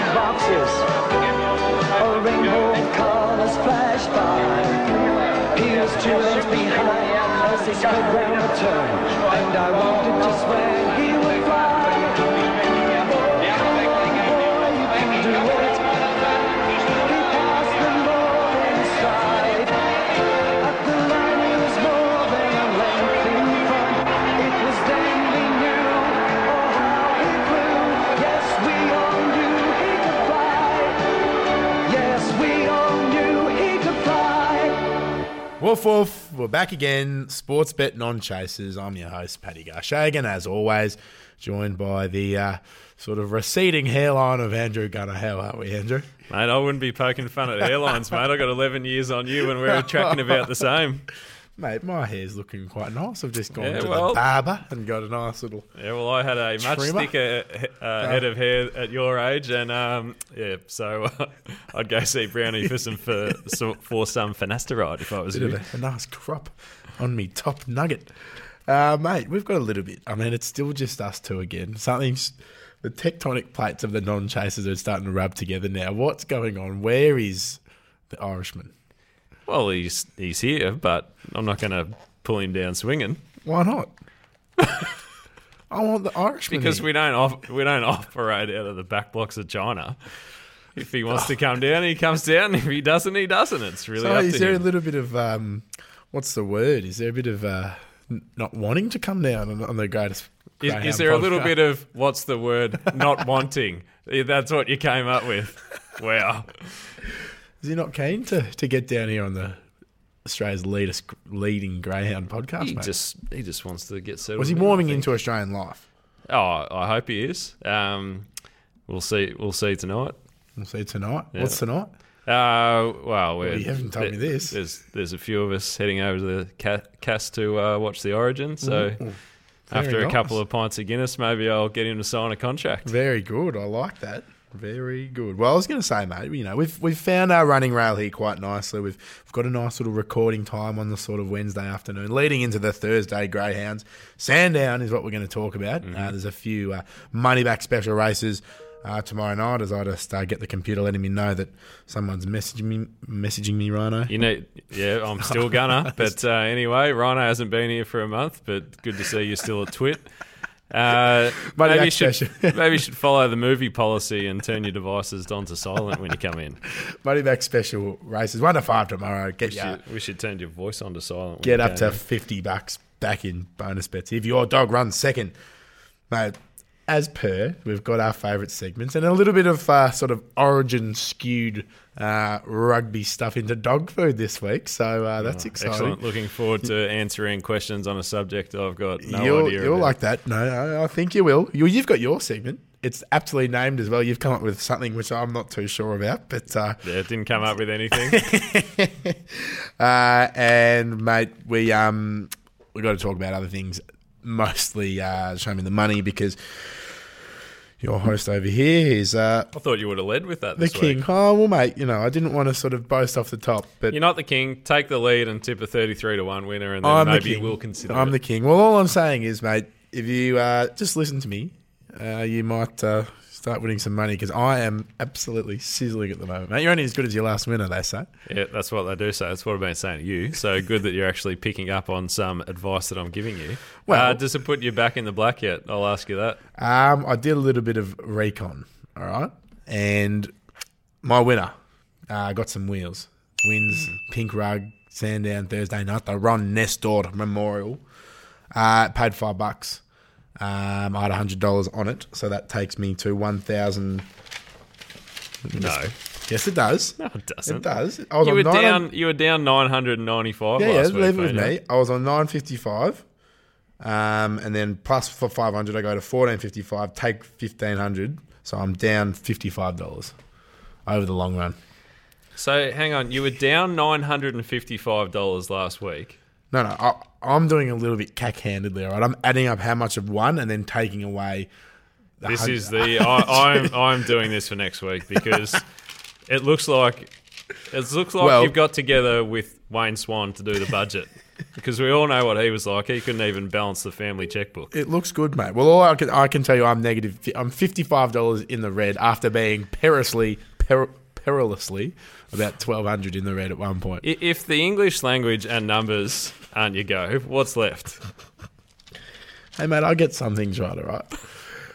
flashes. A rainbow of colors flash by. Peers two rows behind as they sped round the turn. And I wondered just where he would fly. Boy, you can do it. He passed the northern side. At the line he was more than a length in front. It was then we knew, oh how he flew. Yes, we all knew he could fly. Yes, we all knew he could fly. Woof woof. We're back again. Sports bet non chasers. I'm your host, Paddy Garshagan, as always, joined by the uh, sort of receding hairline of Andrew Gunner. How are we, Andrew? Mate, I wouldn't be poking fun at airlines, mate. I got 11 years on you, and we were tracking about the same. Mate, my hair's looking quite nice. I've just gone Yeah, to the well- barber and got a nice little. Yeah, well, I had a much Trimmer? thicker uh, head of hair at your age, and um, yeah, so uh, I'd go see Brownie for some for, so- for some finasteride if I was bit you. of a, a nice crop on me top nugget. Uh, mate, we've got a little bit. I mean, it's still just us two again. Something's the tectonic plates of the non chasers are starting to rub together now. What's going on? Where is the Irishman? Well, he's he's here, but I'm not going to pull him down swinging Why not? I want the Irishman because because we we don't off, we don't operate out of the back blocks of China. If he wants to come down, he comes down. If he doesn't, he doesn't. It's really so up is to there him. a little bit of um, what's the word? Is there a bit of uh, n- not wanting to come down on, on the greatest? Is, is there a little bit of what's the word? Not wanting. That's what you came up with. Wow. Is he not keen to, to get down here on the Australia's latest leading greyhound podcast? He mate? just he just wants to get settled. Was he in, warming I think. into Australian life? Oh, I hope he is. Um, we'll see. We'll see tonight. We'll see tonight. What's tonight? Uh, well, we're, you haven't told me this. There's there's a few of us heading over to the ca- cast to uh, watch the Origin. So Mm-hmm. after Very a couple nice. of pints of Guinness, maybe I'll get him to sign a contract. Very good. I like that. Very good. Well, I was going to say, mate, you know, we've we've found our running rail here quite nicely. We've, we've got a nice little recording time on the sort of Wednesday afternoon, leading into the Thursday greyhounds. Sandown is what we're going to talk about. Uh, there's a few uh, money back special races uh, tomorrow night. As I just uh, get the computer letting me know that someone's messaging me, messaging me, Rhino. You need, yeah, I'm still gonna. But uh, anyway, Rhino hasn't been here for a month, but good to see you're still at Twit. Uh, Mate, maybe, you that's should, special. maybe you should follow the movie policy and turn your devices onto silent when you come in. Money back special races, one to five tomorrow. Get We, your should, we should turn your voice onto silent. When Get you up came to 50 bucks back in bonus bets. If your dog runs second, mate, as per, we've got our favourite segments and a little bit of uh, sort of origin skewed uh, rugby stuff into dog food this week. So uh, that's in. exciting. Oh, Excellent. Looking forward to answering questions on a subject I've got no you'll idea. you'll about. like that. No, I, I think you will. You, you've got your segment. It's aptly named as well. You've come up with something which I'm not too sure about, but uh, Yeah, it didn't come up with anything. Uh, and mate, we um we got to talk about other things, mostly uh, show me the money because your host over here is uh, I thought you would have led with that. the This king. Week. Oh well, mate, you know I didn't want to sort of boast off the top, but You're not the king. Take the lead and tip a 33 to one winner, and then I'm the maybe king. we'll consider. I'm it. the king. Well, all I'm saying is, mate, if you uh, just listen to me, uh, you might uh, start winning some money because I am absolutely sizzling at the moment, mate. You're only as good as your last winner, they say. Yeah, that's what they do say. That's what I've been saying to you. So good that you're actually picking up on some advice that I'm giving you. Well- uh, does it put you back in the black yet? I'll ask you that. Um, I did a little bit of recon, all right, and my winner uh, got some wheels. Wins pink rug Sandown Thursday night the Ron Nestor Memorial. Uh, paid five bucks. Um, I had hundred dollars on it, so that takes me to one thousand. No, Yes, it does. no, it doesn't. It does. I was You on were nine hun- down. You were down 995. Yeah, yeah, last week, leave it with mate. me. I was on nine fifty five, um, and then plus for five hundred, I go to fourteen fifty five. Take fifteen hundred, so I'm down fifty five dollars over the long run. So hang on, you were down 955 dollars last week. No, no, I, I'm doing a little bit cack handedly. All right, I'm adding up how much of one and then taking away. the This hun- is the I, I'm I'm doing this for next week because it looks like it looks like Well- you've got together with Wayne Swan to do the budget because we all know what he was like. He couldn't even balance the family checkbook. It looks good, mate. Well, all I can I can tell you, I'm negative. I'm fifty five dollars in the red after being perilously per, perilously about twelve hundred in the red at one point. I- If the English language and numbers aren't your go, what's left? Hey, mate, I get some things right. All right.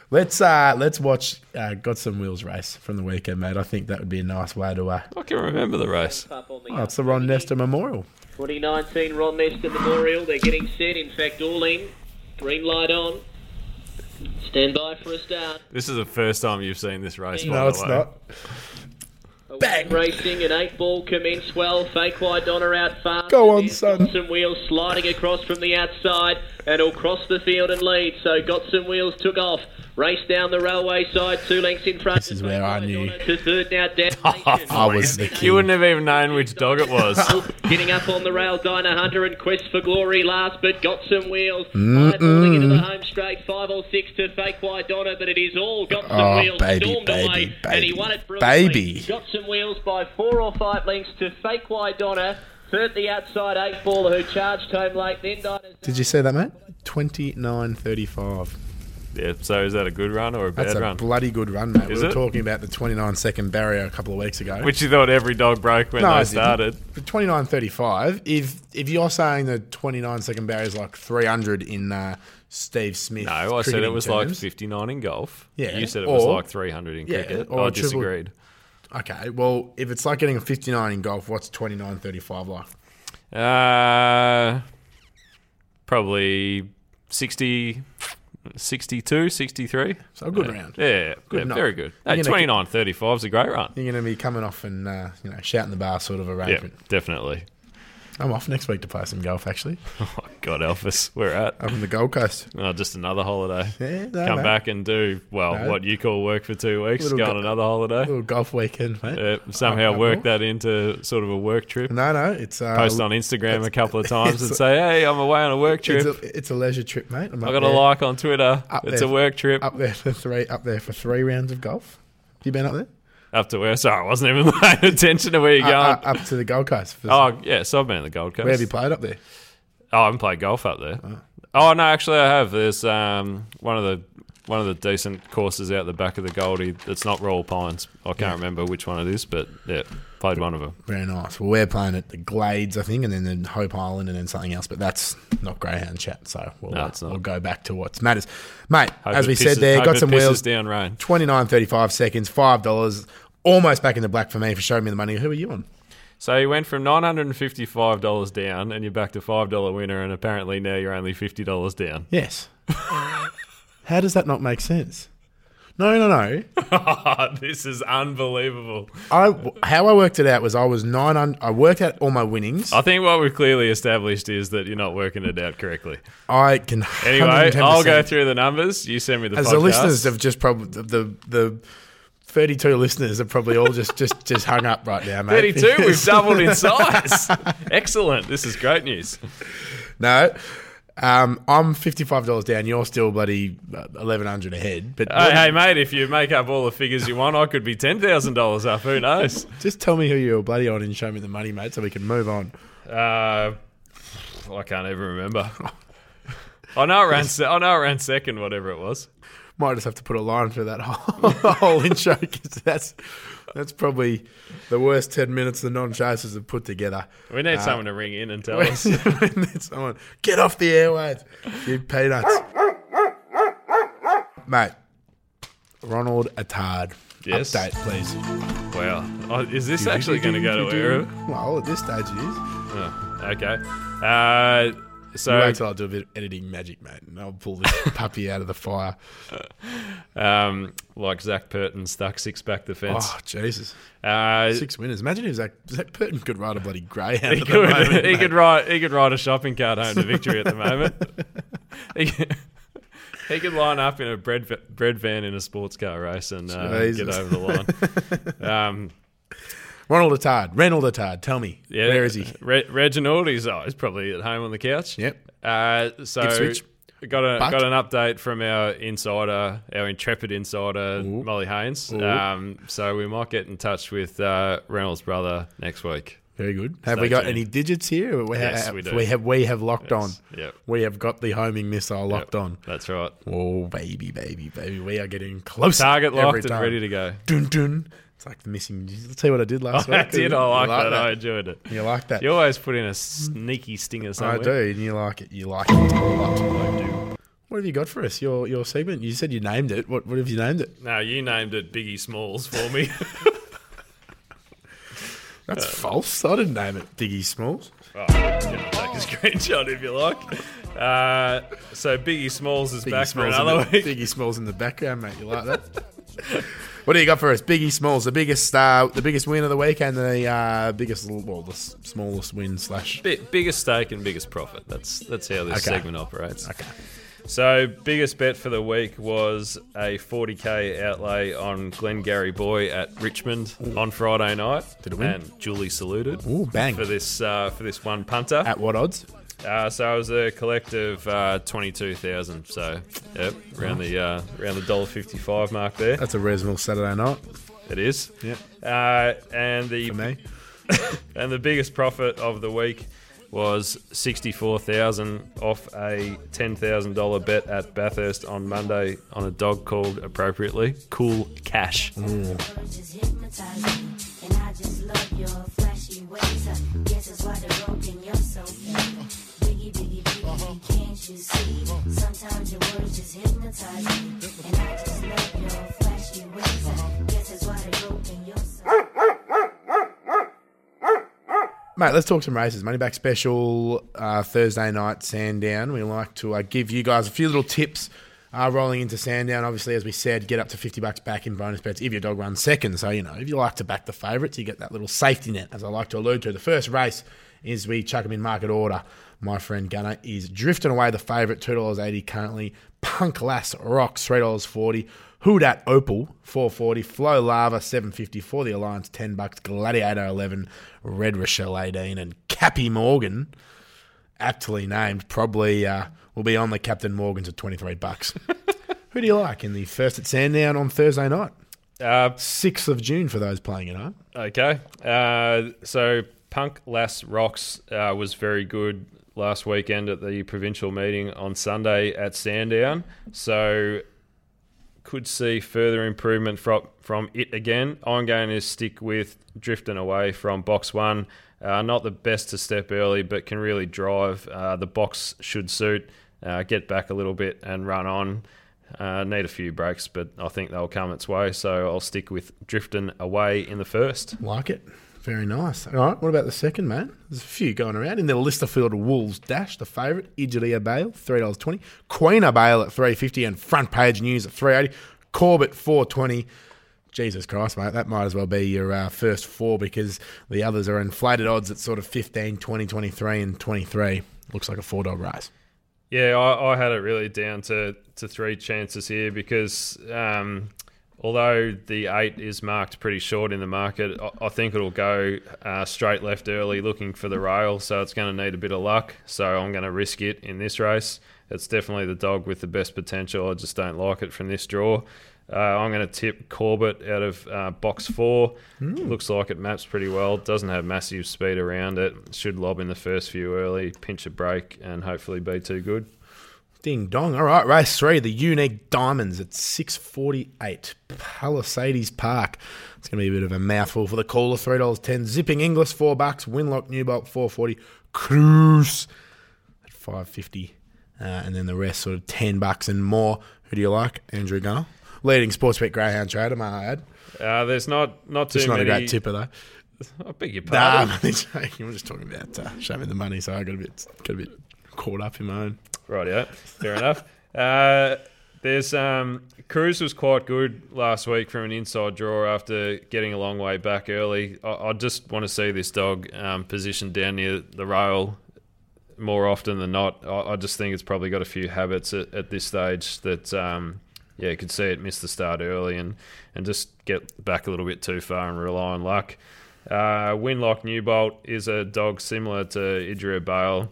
Let's uh let's watch uh, Got Some Wheels race from the weekend, mate. I think that would be a nice way to. Uh, I can remember the race. Up on the oh, it's the Ron Nestor Memorial. 2019 Ron Nestor Memorial. They're getting set. In fact, all in. Green light on. Stand by for a start. This is the first time you've seen this race. by No, the it's way. not. Away Bang. Racing an eight ball commence well. Fake wide Donner out fast. Go and on, there's son. Got some wheels sliding across from the outside and will cross the field and lead. So got some wheels took off. Race down the railway side, two lengths in front. This is where I knew. To third now, Dan. Nation. I was Oh, the king. You wouldn't have even known which dog it was. Getting up on the rail, Dinah Hunter and Quest for Glory last, but got some wheels. Eyeballing into the home straight, five or six to Fake White Donna, but it is all got some Oh, wheels. baby, stormed baby, away, and he baby, won it brilliantly. baby. Got some wheels by four or five lengths to Fake White Donna. Third, the outside eight baller who charged home late. Then Dinah's Did you see that, mate? Twenty nine thirty five. yeah, so is that a good run or a bad That's a run? bloody good run, mate. Is we were it? talking about the 29 second barrier a couple of weeks ago. which you thought every dog broke when No, I they didn't. started. For 29.35, if if you're saying the 29 second barrier is like 300 in uh, Steve Smith. No, I said it cricketing was like terms. 59 in golf. Yeah, You said it was or- like 300 in yeah, cricket. or I a triple- disagreed. Okay, well, if it's like getting a 59 in golf, what's 29.35 like? Uh, probably 60, 62, 63. So a good Yeah. round. Yeah, Good yeah, knock. very good. You're Hey, gonna 29 35 is a great run. You're going to be coming off and uh, you know shouting the bar sort of Yeah, arrangement. definitely. I'm off next week to play some golf, actually. Oh, God, Elvis, we're at. Up on the Gold Coast. Oh, just another holiday. Yeah, no, Come mate. back and do, well, No. what you call work for two weeks, Little go on go- another holiday. little golf weekend, mate. Yeah, somehow up work north. that into sort of a work trip. No, no, it's uh, Post on Instagram a couple of it's times and a- say, hey, I'm away on a work It's trip. a, it's a leisure trip, mate. I'm I up got a there- like on Twitter. Up It's there. a work trip. Up, up there for three up there for three rounds of golf. You been up there? to where? Sorry, I wasn't even paying attention to where you're Uh, going. uh, up to the Gold Coast. For, oh, yeah, so I've been in the Gold Coast. where have you played up there? Oh, I haven't played golf up there. Oh no, actually, I have. There's um, one of the one of the decent courses out the back of the Goldie. It's not Royal Pines. I can't remember which one it is, but yeah, played one of them. Very nice. Well, we're playing at the Glades, I think, and then the Hope Island, and then something else. But that's not Greyhound chat, so we'll, uh, No, it's not. we'll go back to what matters, mate. Hope as it we said, pisses- there hope got it some pisses wheels. down rain. 29 35 seconds, five dollars, almost back in the black for me for showing me the money. Who are you on? So you went from nine hundred and fifty-five dollars down, and you're back to five dollar winner, and apparently now you're only fifty dollars down. Yes. How does that not make sense? No, no, no. this is unbelievable. I how I worked it out was I was nine. Un, I worked out all my winnings. I think what we've clearly established is that you're not working it out correctly. I can. Anyway, 110%. I'll go through the numbers. You send me the As podcast. the listeners have just probably the the. the 32 listeners are probably all just, just, just hung up right now, mate. 32, we've doubled in size. Excellent. This is great news. no, um, I'm $55 down. You're still bloody uh, 1100 ahead. But Hey, hey, mate, if you make up all the figures you want, I could be $10,000 up. Who knows? just tell me who you're bloody on and show me the money, mate, so we can move on. Uh, I can't even remember. I know it ran. Se- I know it ran second, whatever it was. Might just have to put a line through that whole, whole intro because that's, that's probably the worst 10 minutes the non chasers have put together. We need someone to ring in and tell when, us. when there's someone, get off the airwaves, you peanuts. Mate, Ronald Attard. Yes. Update, please. Wow, Oh, is this actually going to go to air? Well, at this stage it is. Oh, okay. Uh, You so wait till I do a bit of editing magic, mate, and I'll pull this puppy out of the fire. Um, like Zach Purton stuck six back the fence. Oh, Jesus. uh, Six winners. Imagine if Zach, Zach Purton could ride a bloody greyhound he at the could moment, he mate. could ride he could ride a shopping cart home to victory at the moment. he, could, he could line up in a bread va- bread van in a sports car race and uh, get Jesus. over the line. Um, Ronald Attard. Reynold Attard. Tell me. yeah, Where is he? Re- Reginald, he's, oh, he's probably at home on the couch. Yep. Uh, so Ipswich. got a But- got an update from our insider, our intrepid insider Molly Haynes. Um, so we might get in touch with uh, Reynolds' brother next week. Very good. Have Stay we got tuned. any digits here? We Yes, have, we do. have we have locked Yes, on. yep. We have got the homing missile locked on. That's right. Oh baby, baby, baby, we are getting closer. Target every locked and time. ready to go. Dun dun. It's like the missing. Let's see what I did last week. I did. I You like that. I enjoyed it. You like that? You always put in a sneaky stinger I somewhere. do, and you like it. You like it a lot. I do. What have you got for us? Your your segment. You said you named it. What what have you named it? Now you named it Biggie Smalls for me. That's false. I didn't name it. Diggy Smalls. Oh, you can take a screenshot if you like. Uh, so Biggie Smalls is Biggie back Smalls for another in the, week. Biggie Smalls in the background, mate. You like that? what do you got for us? Biggie Smalls, the biggest, uh, the biggest win of the week, and the uh, biggest, well, the s- smallest win slash. Bi- biggest stake and biggest profit. That's that's how this Okay. segment operates. Okay. So biggest bet for the week was a 40k outlay on Glengarry Boy at Richmond on Friday night. Did it win? And Julie saluted. Ooh, bang. For this uh, for this one punter. At what odds? Uh, so it was a collective uh, twenty-two thousand. So, yep, around the uh, around the dollar fifty-five mark there. That's a reasonable Saturday night It is. Yep. Uh, and the for me. and the biggest profit of the week was sixty-four thousand off a ten thousand dollar bet at Bathurst on Monday on a dog called appropriately Cool Cash. Mm. just hypnotize me. And I just love your flashy ways. I guess that's why they're broken. You're so mean. Biggie, biggie, biggie, Uh-huh. can't you see? Sometimes your words just hypnotize me. And I just love your flashy ways. I Uh-huh. guess that's why they're broken. You're so Mate, let's talk some races. Money back special uh, Thursday night Sandown. We like to uh, give you guys a few little tips uh, rolling into Sandown. Obviously, as we said, get up to fifty bucks back in bonus bets if your dog runs second. So you know, if you like to back the favourites, you get that little safety net, as I like to allude to. The first race is we chuck them in market order. My friend Gunner is drifting away the favourite, two dollars eighty currently. Punk Lass Rocks, three dollars forty. Houdat Opal, four forty. Flow Lava, seven fifty. For the Alliance, ten bucks. Gladiator, eleven. Red Rochelle, eighteen. And Cappy Morgan, aptly named, probably uh, will be on the Captain Morgans at twenty three bucks. Who do you like in the first at Sandown on Thursday night, Uh, sixth of June for those playing at home? Okay. Uh, so Punk Lass Rocks uh, was very good last weekend at the provincial meeting on Sunday at Sandown. So could see further improvement from from it again. I'm going to stick with drifting away from box one. Uh, not the best to step early, but can really drive. Uh, the box should suit. Uh, get back a little bit and run on. Uh, need a few breaks, but I think they'll come its way. So I'll stick with drifting away in the first. Like it. Very nice. All right, what about the second, man? There's a few going around. In the Listerfield Wolves Dash, the favourite, Igeria Bale, $3.20. Queena Bale at three fifty, and Front Page News at three eighty. Corbett, four twenty. Jesus Christ, mate, that might as well be your uh, first four because the others are inflated odds at sort of 15, 20, 23, and 23. Looks like a $4 rise. Yeah, I, I had it really down to, to three chances here because um, although the eight is marked pretty short in the market, I, I think it'll go uh, straight left early looking for the rail, so it's going to need a bit of luck. So I'm going to risk it in this race. It's definitely the dog with the best potential. I just don't like it from this draw. Uh, I'm going to tip Corbett out of uh, box four. Hmm. Looks like it maps pretty well. Doesn't have massive speed around it. Should lob in the first few early, pinch a break, and hopefully be too good. Ding dong. All right, race three, the unique diamonds at 648 Palisades Park. It's going to be a bit of a mouthful for the caller. $3.10. Zipping English, 4 bucks. Winlock Newbolt, 440 Cruise at 550 uh, And then the rest, sort of 10 bucks and more. Who do you like? Andrew Gunner. Leading Sportsbet Greyhound trader, my ad. Uh, there's not not too It's not many. a great tipper, though. I beg your Nah, pardon. I'm only joking. We're just talking about uh, showing me the money, so I got a bit, got a bit caught up in my own. Right, yeah, fair enough. Uh, there's um, Cruz was quite good last week from an inside draw after getting a long way back early. I, I just want to see this dog um, positioned down near the rail more often than not. I, I just think it's probably got a few habits at, at this stage that um, yeah, you could see it miss the start early and and just get back a little bit too far and rely on luck. Uh, Winlock Newbolt is a dog similar to Idria Bale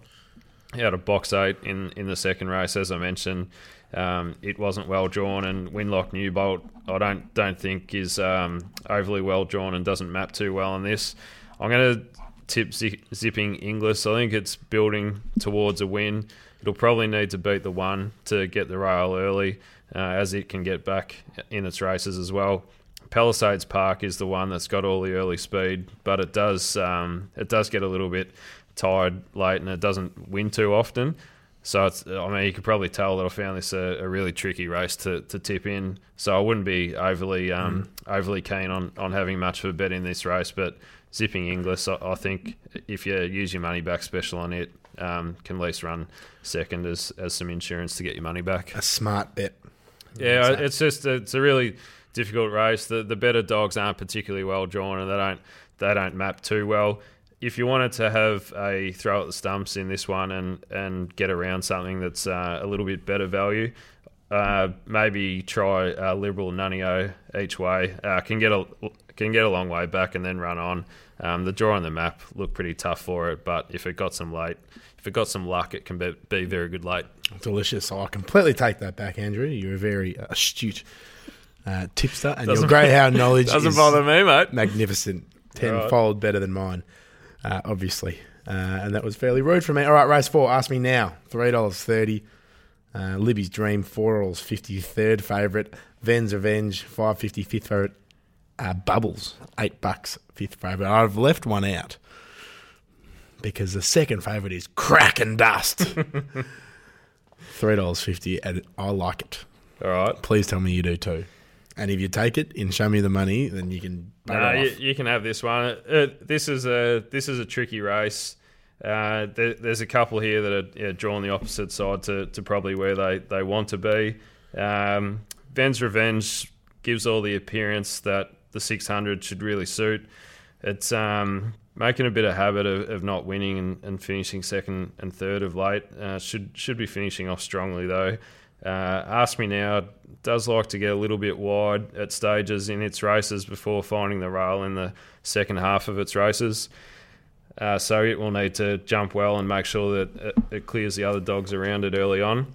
out of box eight in, in the second race, as I mentioned. Um, it wasn't well drawn, and Winlock Newbolt, I don't don't think is um, overly well drawn and doesn't map too well on this. I'm going to tip zi- zipping Inglis. I think it's building towards a win. It'll probably need to beat the one to get the rail early, uh, as it can get back in its races as well. Palisades Park is the one that's got all the early speed, but it does um, it does get a little bit tired late, and it doesn't win too often. So it's, I mean, you could probably tell that I found this a, a really tricky race to, to tip in. So I wouldn't be overly um, overly keen on, on having much of a bet in this race. But zipping Inglis, I, I think if you use your money back special on it, um, can at least run second as, as some insurance to get your money back. A smart bet. Yeah, it's just it's a really difficult race. The the better dogs aren't particularly well drawn, and they don't they don't map too well. If you wanted to have a throw at the stumps in this one and and get around something that's uh, a little bit better value, uh, maybe try uh, Liberal Nunio each way. Uh, can get a can get a long way back and then run on. Um, the draw on the map looked pretty tough for it, but if it got some late, if it got some luck, it can be, be very good late. Delicious. I completely take that back, Andrew. You're a very astute uh, tipster, and your Doesn't- greyhound knowledge Doesn't is bother me, mate. magnificent, tenfold better than mine, uh, obviously. Uh, and that was fairly rude for me. All right, race four. Ask me now. Three dollars thirty. Uh, Libby's Dream, four dollars fifty third favorite. Ven's Revenge, five fifty fifth favorite. Uh, Bubbles, eight bucks fifth favorite. I've left one out because the second favorite is Crack and Dust, three dollars fifty, and I like it. All right. Please tell me you do too. And if you take it and show me the money, then you can. butter No, off. you, you can have this one. Uh, this is a this is a tricky race. Uh, there, there's a couple here that are yeah, drawn the opposite side to, to probably where they, they want to be. Um, Ven's Revenge gives all the appearance that the 600 should really suit. It's um, making a bit of habit of, of not winning and, and finishing second and third of late. Uh, should should be finishing off strongly though. Uh, Ask Me Now does like to get a little bit wide at stages in its races before finding the rail in the second half of its races. Uh, so it will need to jump well and make sure that it, it clears the other dogs around it early on.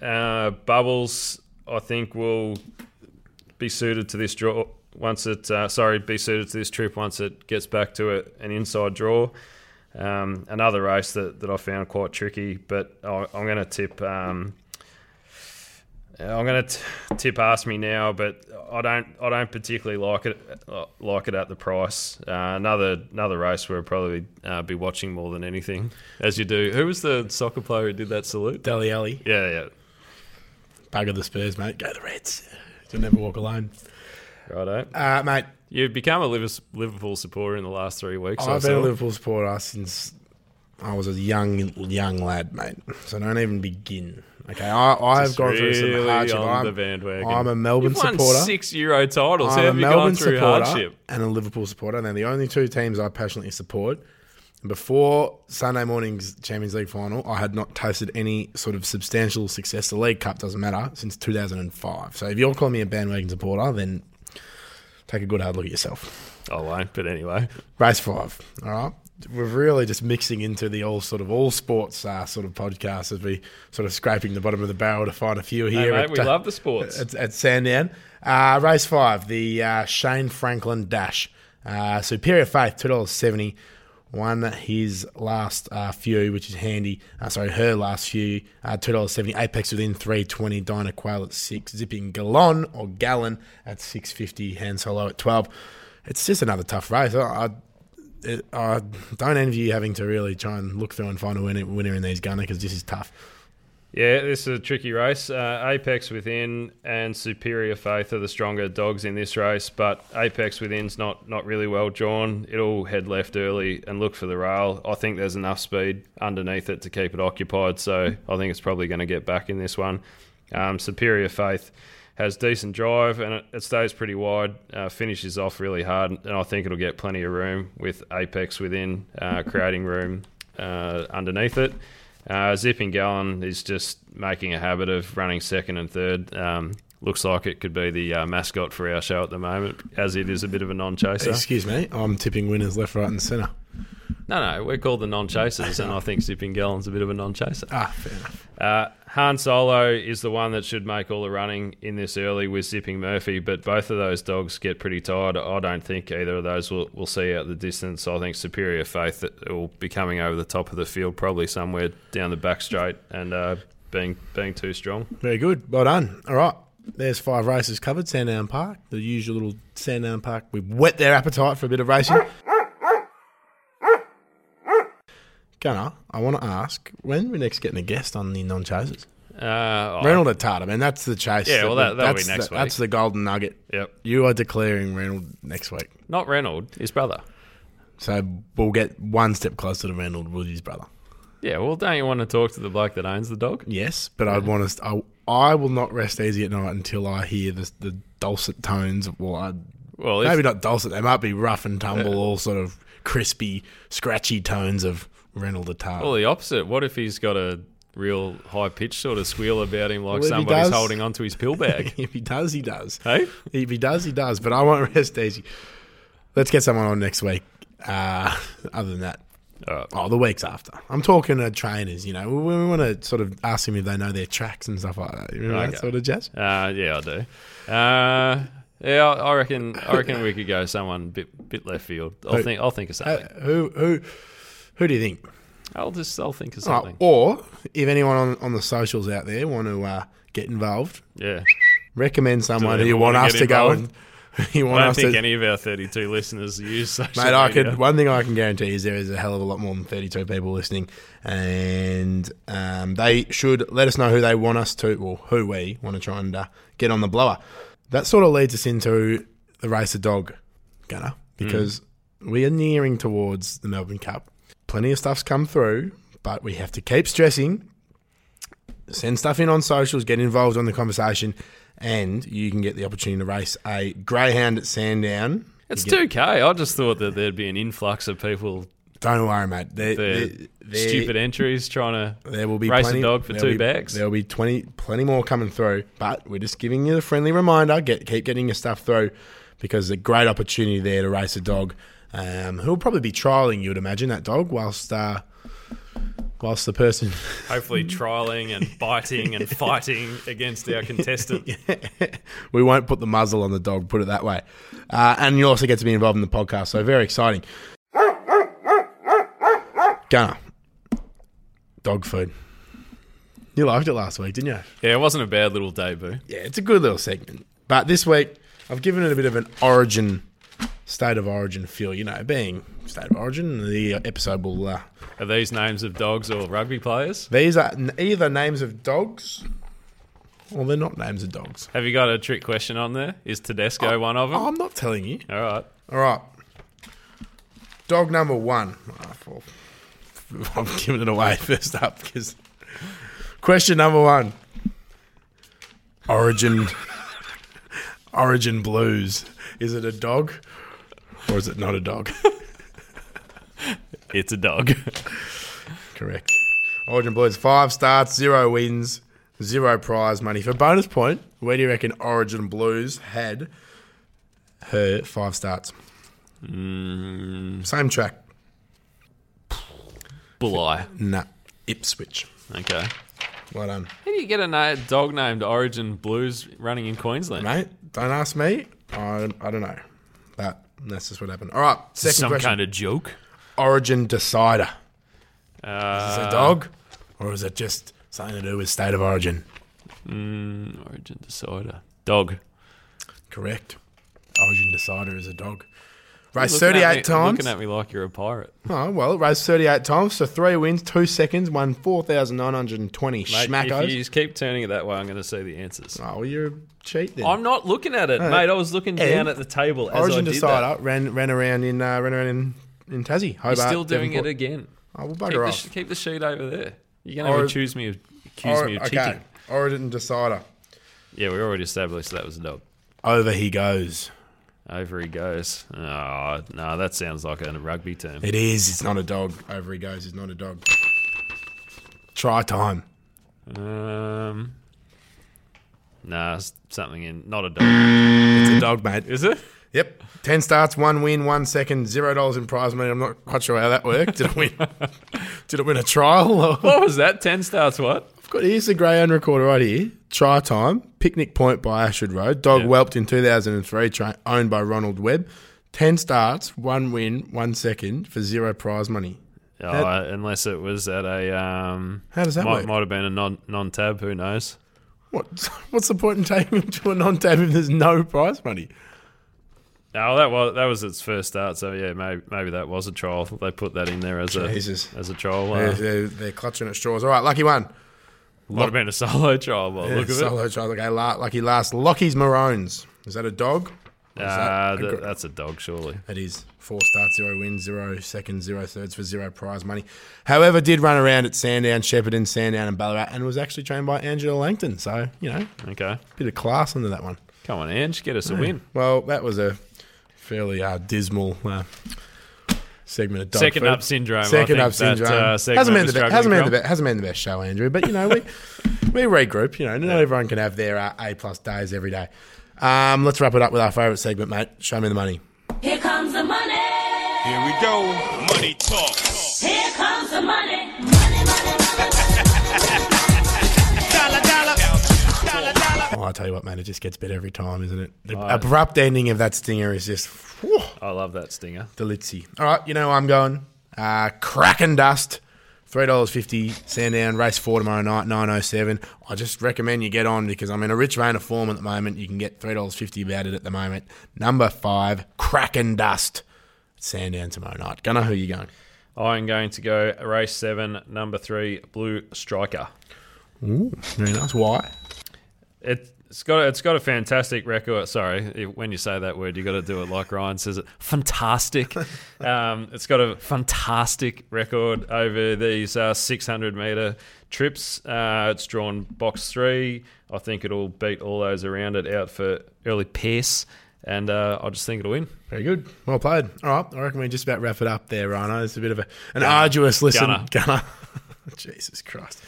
Uh, Bubbles, I think, will be suited to this draw once it. Uh, sorry, be suited to this trip once it gets back to a, an inside draw. Um, another race that, that I found quite tricky, but I, I'm going to tip. Um, I'm going to tip ask me now, but I don't. I don't particularly like it. uh, Like it at the price. Uh, another another race where I'll probably uh, be watching more than anything, as you do. Who was the soccer player who did that salute? Deli Alley, Yeah, yeah. bugger the Spurs, mate. Go the Reds. You'll never walk alone, Righto. uh, mate. You've become a Liv- Liverpool supporter in the last three weeks. I I've been a saw. Liverpool supporter since I was a young young lad, mate. So don't even begin. Okay, I, I've Just gone through some really hardship. on I'm, the bandwagon. I'm a Melbourne You've won supporter. six Euro titles. How I'm a have you Melbourne gone through supporter hardship? and a Liverpool supporter, and they're the only two teams I passionately support. Before Sunday morning's Champions League final, I had not tasted any sort of substantial success. The League Cup doesn't matter since 2005. So if you're calling me a bandwagon supporter, then take a good hard look at yourself. I won't, but anyway. Race five, all right. We're really just mixing into the all sort of all sports uh, sort of podcast as we sort of scraping the bottom of the barrel to find a few Hey, here. mate, at, we uh, love the sports. at, at Sandown. Uh, race five, the uh, Shane Franklin Dash. Uh, Superior Faith, two dollars seventy. Won his last uh, few, which is handy. Uh, sorry, her last few, uh, two dollars seventy. Apex within three twenty. Dinah Quail at six. Zipping Gallon or Gallon at six fifty. Han Solo at twelve. It's just another tough race. I, I, it, I don't envy you having to really try and look through and find a winner, winner in these gunner because this is tough. Yeah, this is a tricky race. Uh, Apex Within and Superior Faith are the stronger dogs in this race, but Apex Within's not not really well drawn. It'll head left early and look for the rail. I think there's enough speed underneath it to keep it occupied, so I think it's probably going to get back in this one. Um, Superior Faith has decent drive and it, it stays pretty wide. Uh, finishes off really hard, and I think it'll get plenty of room with Apex Within uh, creating room uh, underneath it. Uh, Zipping Gallon is just making a habit of running second and third. Um, looks like it could be the uh, mascot for our show at the moment, as it is a bit of a non-chaser. Excuse me, I'm tipping winners left, right, and centre. No, no, we're called the non-chasers, and I think Zipping Gallon's a bit of a non-chaser. Ah, fair enough. Uh, Han Solo is the one that should make all the running in this early with Zipping Murphy, but both of those dogs get pretty tired. I don't think either of those will, will see out the distance. I think Superior Faith will be coming over the top of the field, probably somewhere down the back straight and uh, being being too strong. Very good. Well done. All right. There's five races covered. Sandown Park, the usual little Sandown Park. We whet their appetite for a bit of racing. Gunnar, I want to ask when we're next getting a guest on the non chasers. Uh, I- Reynolds at Tata, man. That's the chase. Yeah, well, that- that'll be that's next the, week. That's the golden nugget. Yep. You are declaring Reynolds next week. Not Reynolds, his brother. So we'll get one step closer to Reynolds with his brother. Yeah, well, don't you want to talk to the bloke that owns the dog? Yes, but I want to. I, I will not rest easy at night until I hear the, the dulcet tones. of- Well, I, Well, if, maybe not dulcet. They might be rough and tumble, all sort of crispy, scratchy tones of Reynolds the Tar. Well, the opposite. What if he's got a real high pitched sort of squeal about him, like Well, if he somebody's does- holding onto his pill bag? if he does, he does. hey, If he does, he does. But I won't rest easy. Let's get someone on next week. Uh, other than that, Alright. oh, the weeks after. I'm talking to trainers. You know, we, we want to sort of ask them if they know their tracks and stuff like that. You know, Okay. that sort of jazz. Uh, yeah, I do. Uh, yeah, I I reckon. I reckon we could go someone bit bit left field. I'll Who- think. I'll think of something. Uh, who who who do you think? I'll just. I'll think of Uh, something. or if anyone on, on the socials out there want to uh, get involved, Yeah. recommend someone they who you ever want wanna us get to go and involved? you I want don't us think to. any of our 32 listeners use social Mate, I media. could. One thing I can guarantee is there is a hell of a lot more than thirty-two people listening, and um, they should let us know who they want us to, or who we want to try and uh, get on the blower. That sort of leads us into the race of dog, Gunner, Hmm. because we are nearing towards the Melbourne Cup. Plenty of stuff's come through, but we have to keep stressing. Send stuff in on socials, get involved on the conversation, and you can get the opportunity to race a greyhound at Sandown. It's 2K. I just thought that there'd be an influx of people, Don't worry, mate. They're, their they're- they're- stupid entries, trying to There will be race plenty, a dog for there'll two be- bags. There'll be twenty, plenty more coming through. But we're just giving you the friendly reminder. Get keep getting your stuff through because there's a great opportunity there to race a dog. Um, who'll probably be trialing, you would imagine, that dog whilst uh, whilst the person Hopefully, trialing and biting and fighting against our contestant. we won't put the muzzle on the dog, put it that way. Uh, and you also get to be involved in the podcast, so very exciting. Gunner, dog food. You liked it last week, didn't you? Yeah, it wasn't a bad little debut. Yeah, it's a good little segment. But this week, I've given it a bit of an origin, state of origin feel. You know, being state of origin, the episode will. Uh, Are these names of dogs or rugby players? these are n- either names of dogs, or they're not names of dogs. Have you got a trick question on there? Is Tedesco one of them? Oh, I'm not telling you. All right. All right. Dog number one. Ah, well, I'm giving it away first up because question number one. Origin. Origin blues. Is it a dog or is it not a dog? It's a dog. Correct. Origin blues. Five starts, zero wins, zero prize money. For bonus point, where do you reckon Origin blues had her five starts? Mm, Same track. Bull eye. Nah, Ipswich. Okay. How Well done, do you get a na- dog named Origin Blues running in Queensland? mate. Don't ask me. I, I don't know, but that's just what happened. All right, second Some question. kind of joke. Origin decider. Is it Uh, a dog, or is it just something to do with state of origin? Origin decider. Dog. Correct. Origin decider is a dog. Raced Looking at me- 38 times. Looking at me like you're a pirate. Oh, well, it raced 38 times, so three wins, two seconds, won 4,920 Mate, schmackos. if you just keep turning it that way, I'm going to see the answers. Oh, well, you're a cheat then. I'm not looking at it, mate. I was looking down And at the table as I Origin did decider ran ran around in uh, ran around in, in Tassie. Hobart, that. You're still doing it Devonport. again. Oh, well, Keep bugger the, off. sh- keep the sheet over there. You're going to Or- accuse me of, accuse Or- me of okay. cheating. Origin decider. Yeah, we already established that was a dog. Over he goes. Over he goes. Oh, no, that sounds like a rugby term. It is. It's not a dog. Over he goes. It's not a dog. Try time. Um, nah, it's something in. Not a dog. It's a dog, mate. Is it? Yep. Ten starts, one win, one second, zero dollars in prize money. I'm not quite sure how that worked. Did it win? did it win a trial? Or? What was that? 10 starts what? I've Got here's the greyhound recorder right here. Try time. Picnic Point by Ashford Road. Dog Yeah. whelped in 2003. Tra- owned by Ronald Webb. Ten starts, one win, one second for zero prize money. Oh, That- unless it was at a. Um, How does that might, work? Might have been a non non tab. Who knows? What? What's the point in taking him to a non-tab if there's no prize money? Oh, that was that was its first start. So yeah, maybe maybe that was a trial. They put that in there as Jesus. a as a trial. Uh, They're, they're, they're clutching at straws. All right, lucky one. Might have been a solo trial. By the Yeah, look of solo try. Okay, la- lucky last. Lockie's Maroons. Is that a dog? it. Is Uh, that- that, that's a dog, surely. That is four starts, zero wins, zero seconds, zero thirds for zero prize money. However, did run around at Sandown, Shepparton, Sandown, and Ballarat, and was actually trained by Angela Langton. So you know, Okay, bit of class under that one. come on, Ange, get us a win. Well, that was a fairly uh, dismal uh, segment of dog Second food. up syndrome, I Second think up that, syndrome uh, segment hasn't been the was best. struggling Hasn't been from. the best. Hasn't been the best show, Andrew. But you know, we we regroup. You know, not everyone can have their uh, A plus days every day. Um, let's wrap it up with our favourite segment, mate. Show me the money. Here comes the money. Here we go. Money talk. Here comes the money. Money, money, money. Dollar, dollar. Dollar, dollar. Oh, I tell you what, man, it just gets better every time, isn't it? The abrupt ending of that stinger is just whew, I love that stinger. delitzy. All right, you know where I'm going. Uh, Kraken Dust, three dollars fifty. Sandown race four tomorrow night, nine oh seven. I just recommend you get on because I'm in a rich vein of form at the moment. You can get three dollars fifty about it at the moment. Number five, Kraken Dust, Sandown tomorrow night. Gunner, who you going? I am going to go race seven, number three, Blue Striker. Ooh, very nice. Why? It, it's got it's got a fantastic record. Sorry, it- when you say that word, you got to do it like Ryan says it. Fantastic. um, it's got a fantastic record over these uh, 600 meter trips. Uh, it's drawn box three. I think it'll beat all those around it out for early pace, and uh, I just think it'll win. Very good. Well played. All right. I reckon we just about wrap it up there, Rhino. It's a bit of a, an arduous listen. Gunner. Gunner. Jesus Christ.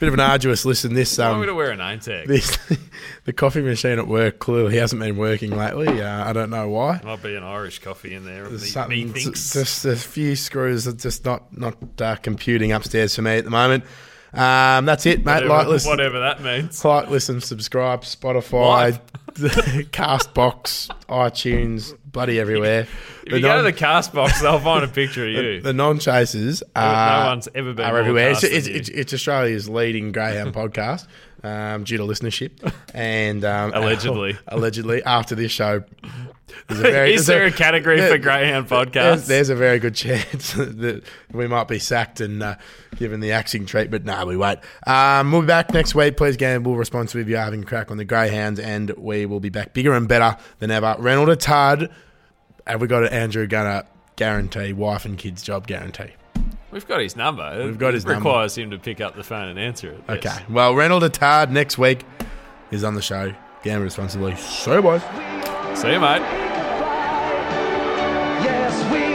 Bit of an arduous listen. This, I'm going to um, wear a E name tag. this, the coffee machine at work, clearly hasn't been working lately. Uh, I don't know why. Might be an Irish coffee in there. There's Me, something, methinks. just a few screws are just not, not uh, computing upstairs for me at the moment. Um, that's it, mate. whatever, Like, listen, whatever that means. like, listen, subscribe, Spotify, Castbox, iTunes, bloody everywhere. If you go to the cast box, they'll find a picture of you. The non chasers are, no one's ever been are more everywhere. It's, cast it's, than it's, it's Australia's leading greyhound podcast um, due to listenership and um, Allegedly. allegedly after this show. There's a very- Is there's there a category there- for Greyhound podcasts? There's, there's a very good chance that we might be sacked and uh, given the axing treatment. No, we won't. Um, we'll be back next week. Please gamble responsibly if you're having a crack on the Greyhounds, and we will be back bigger and better than ever. Reynold Attard, have we got an Andrew Gunner guarantee, wife and kids job guarantee? We've got his number. We've got his it number. requires him to pick up the phone and answer it. yes. Okay. Well, Reynold Attard next week is on the show. Gamble responsibly. So, boys. See you, mate. Yes, we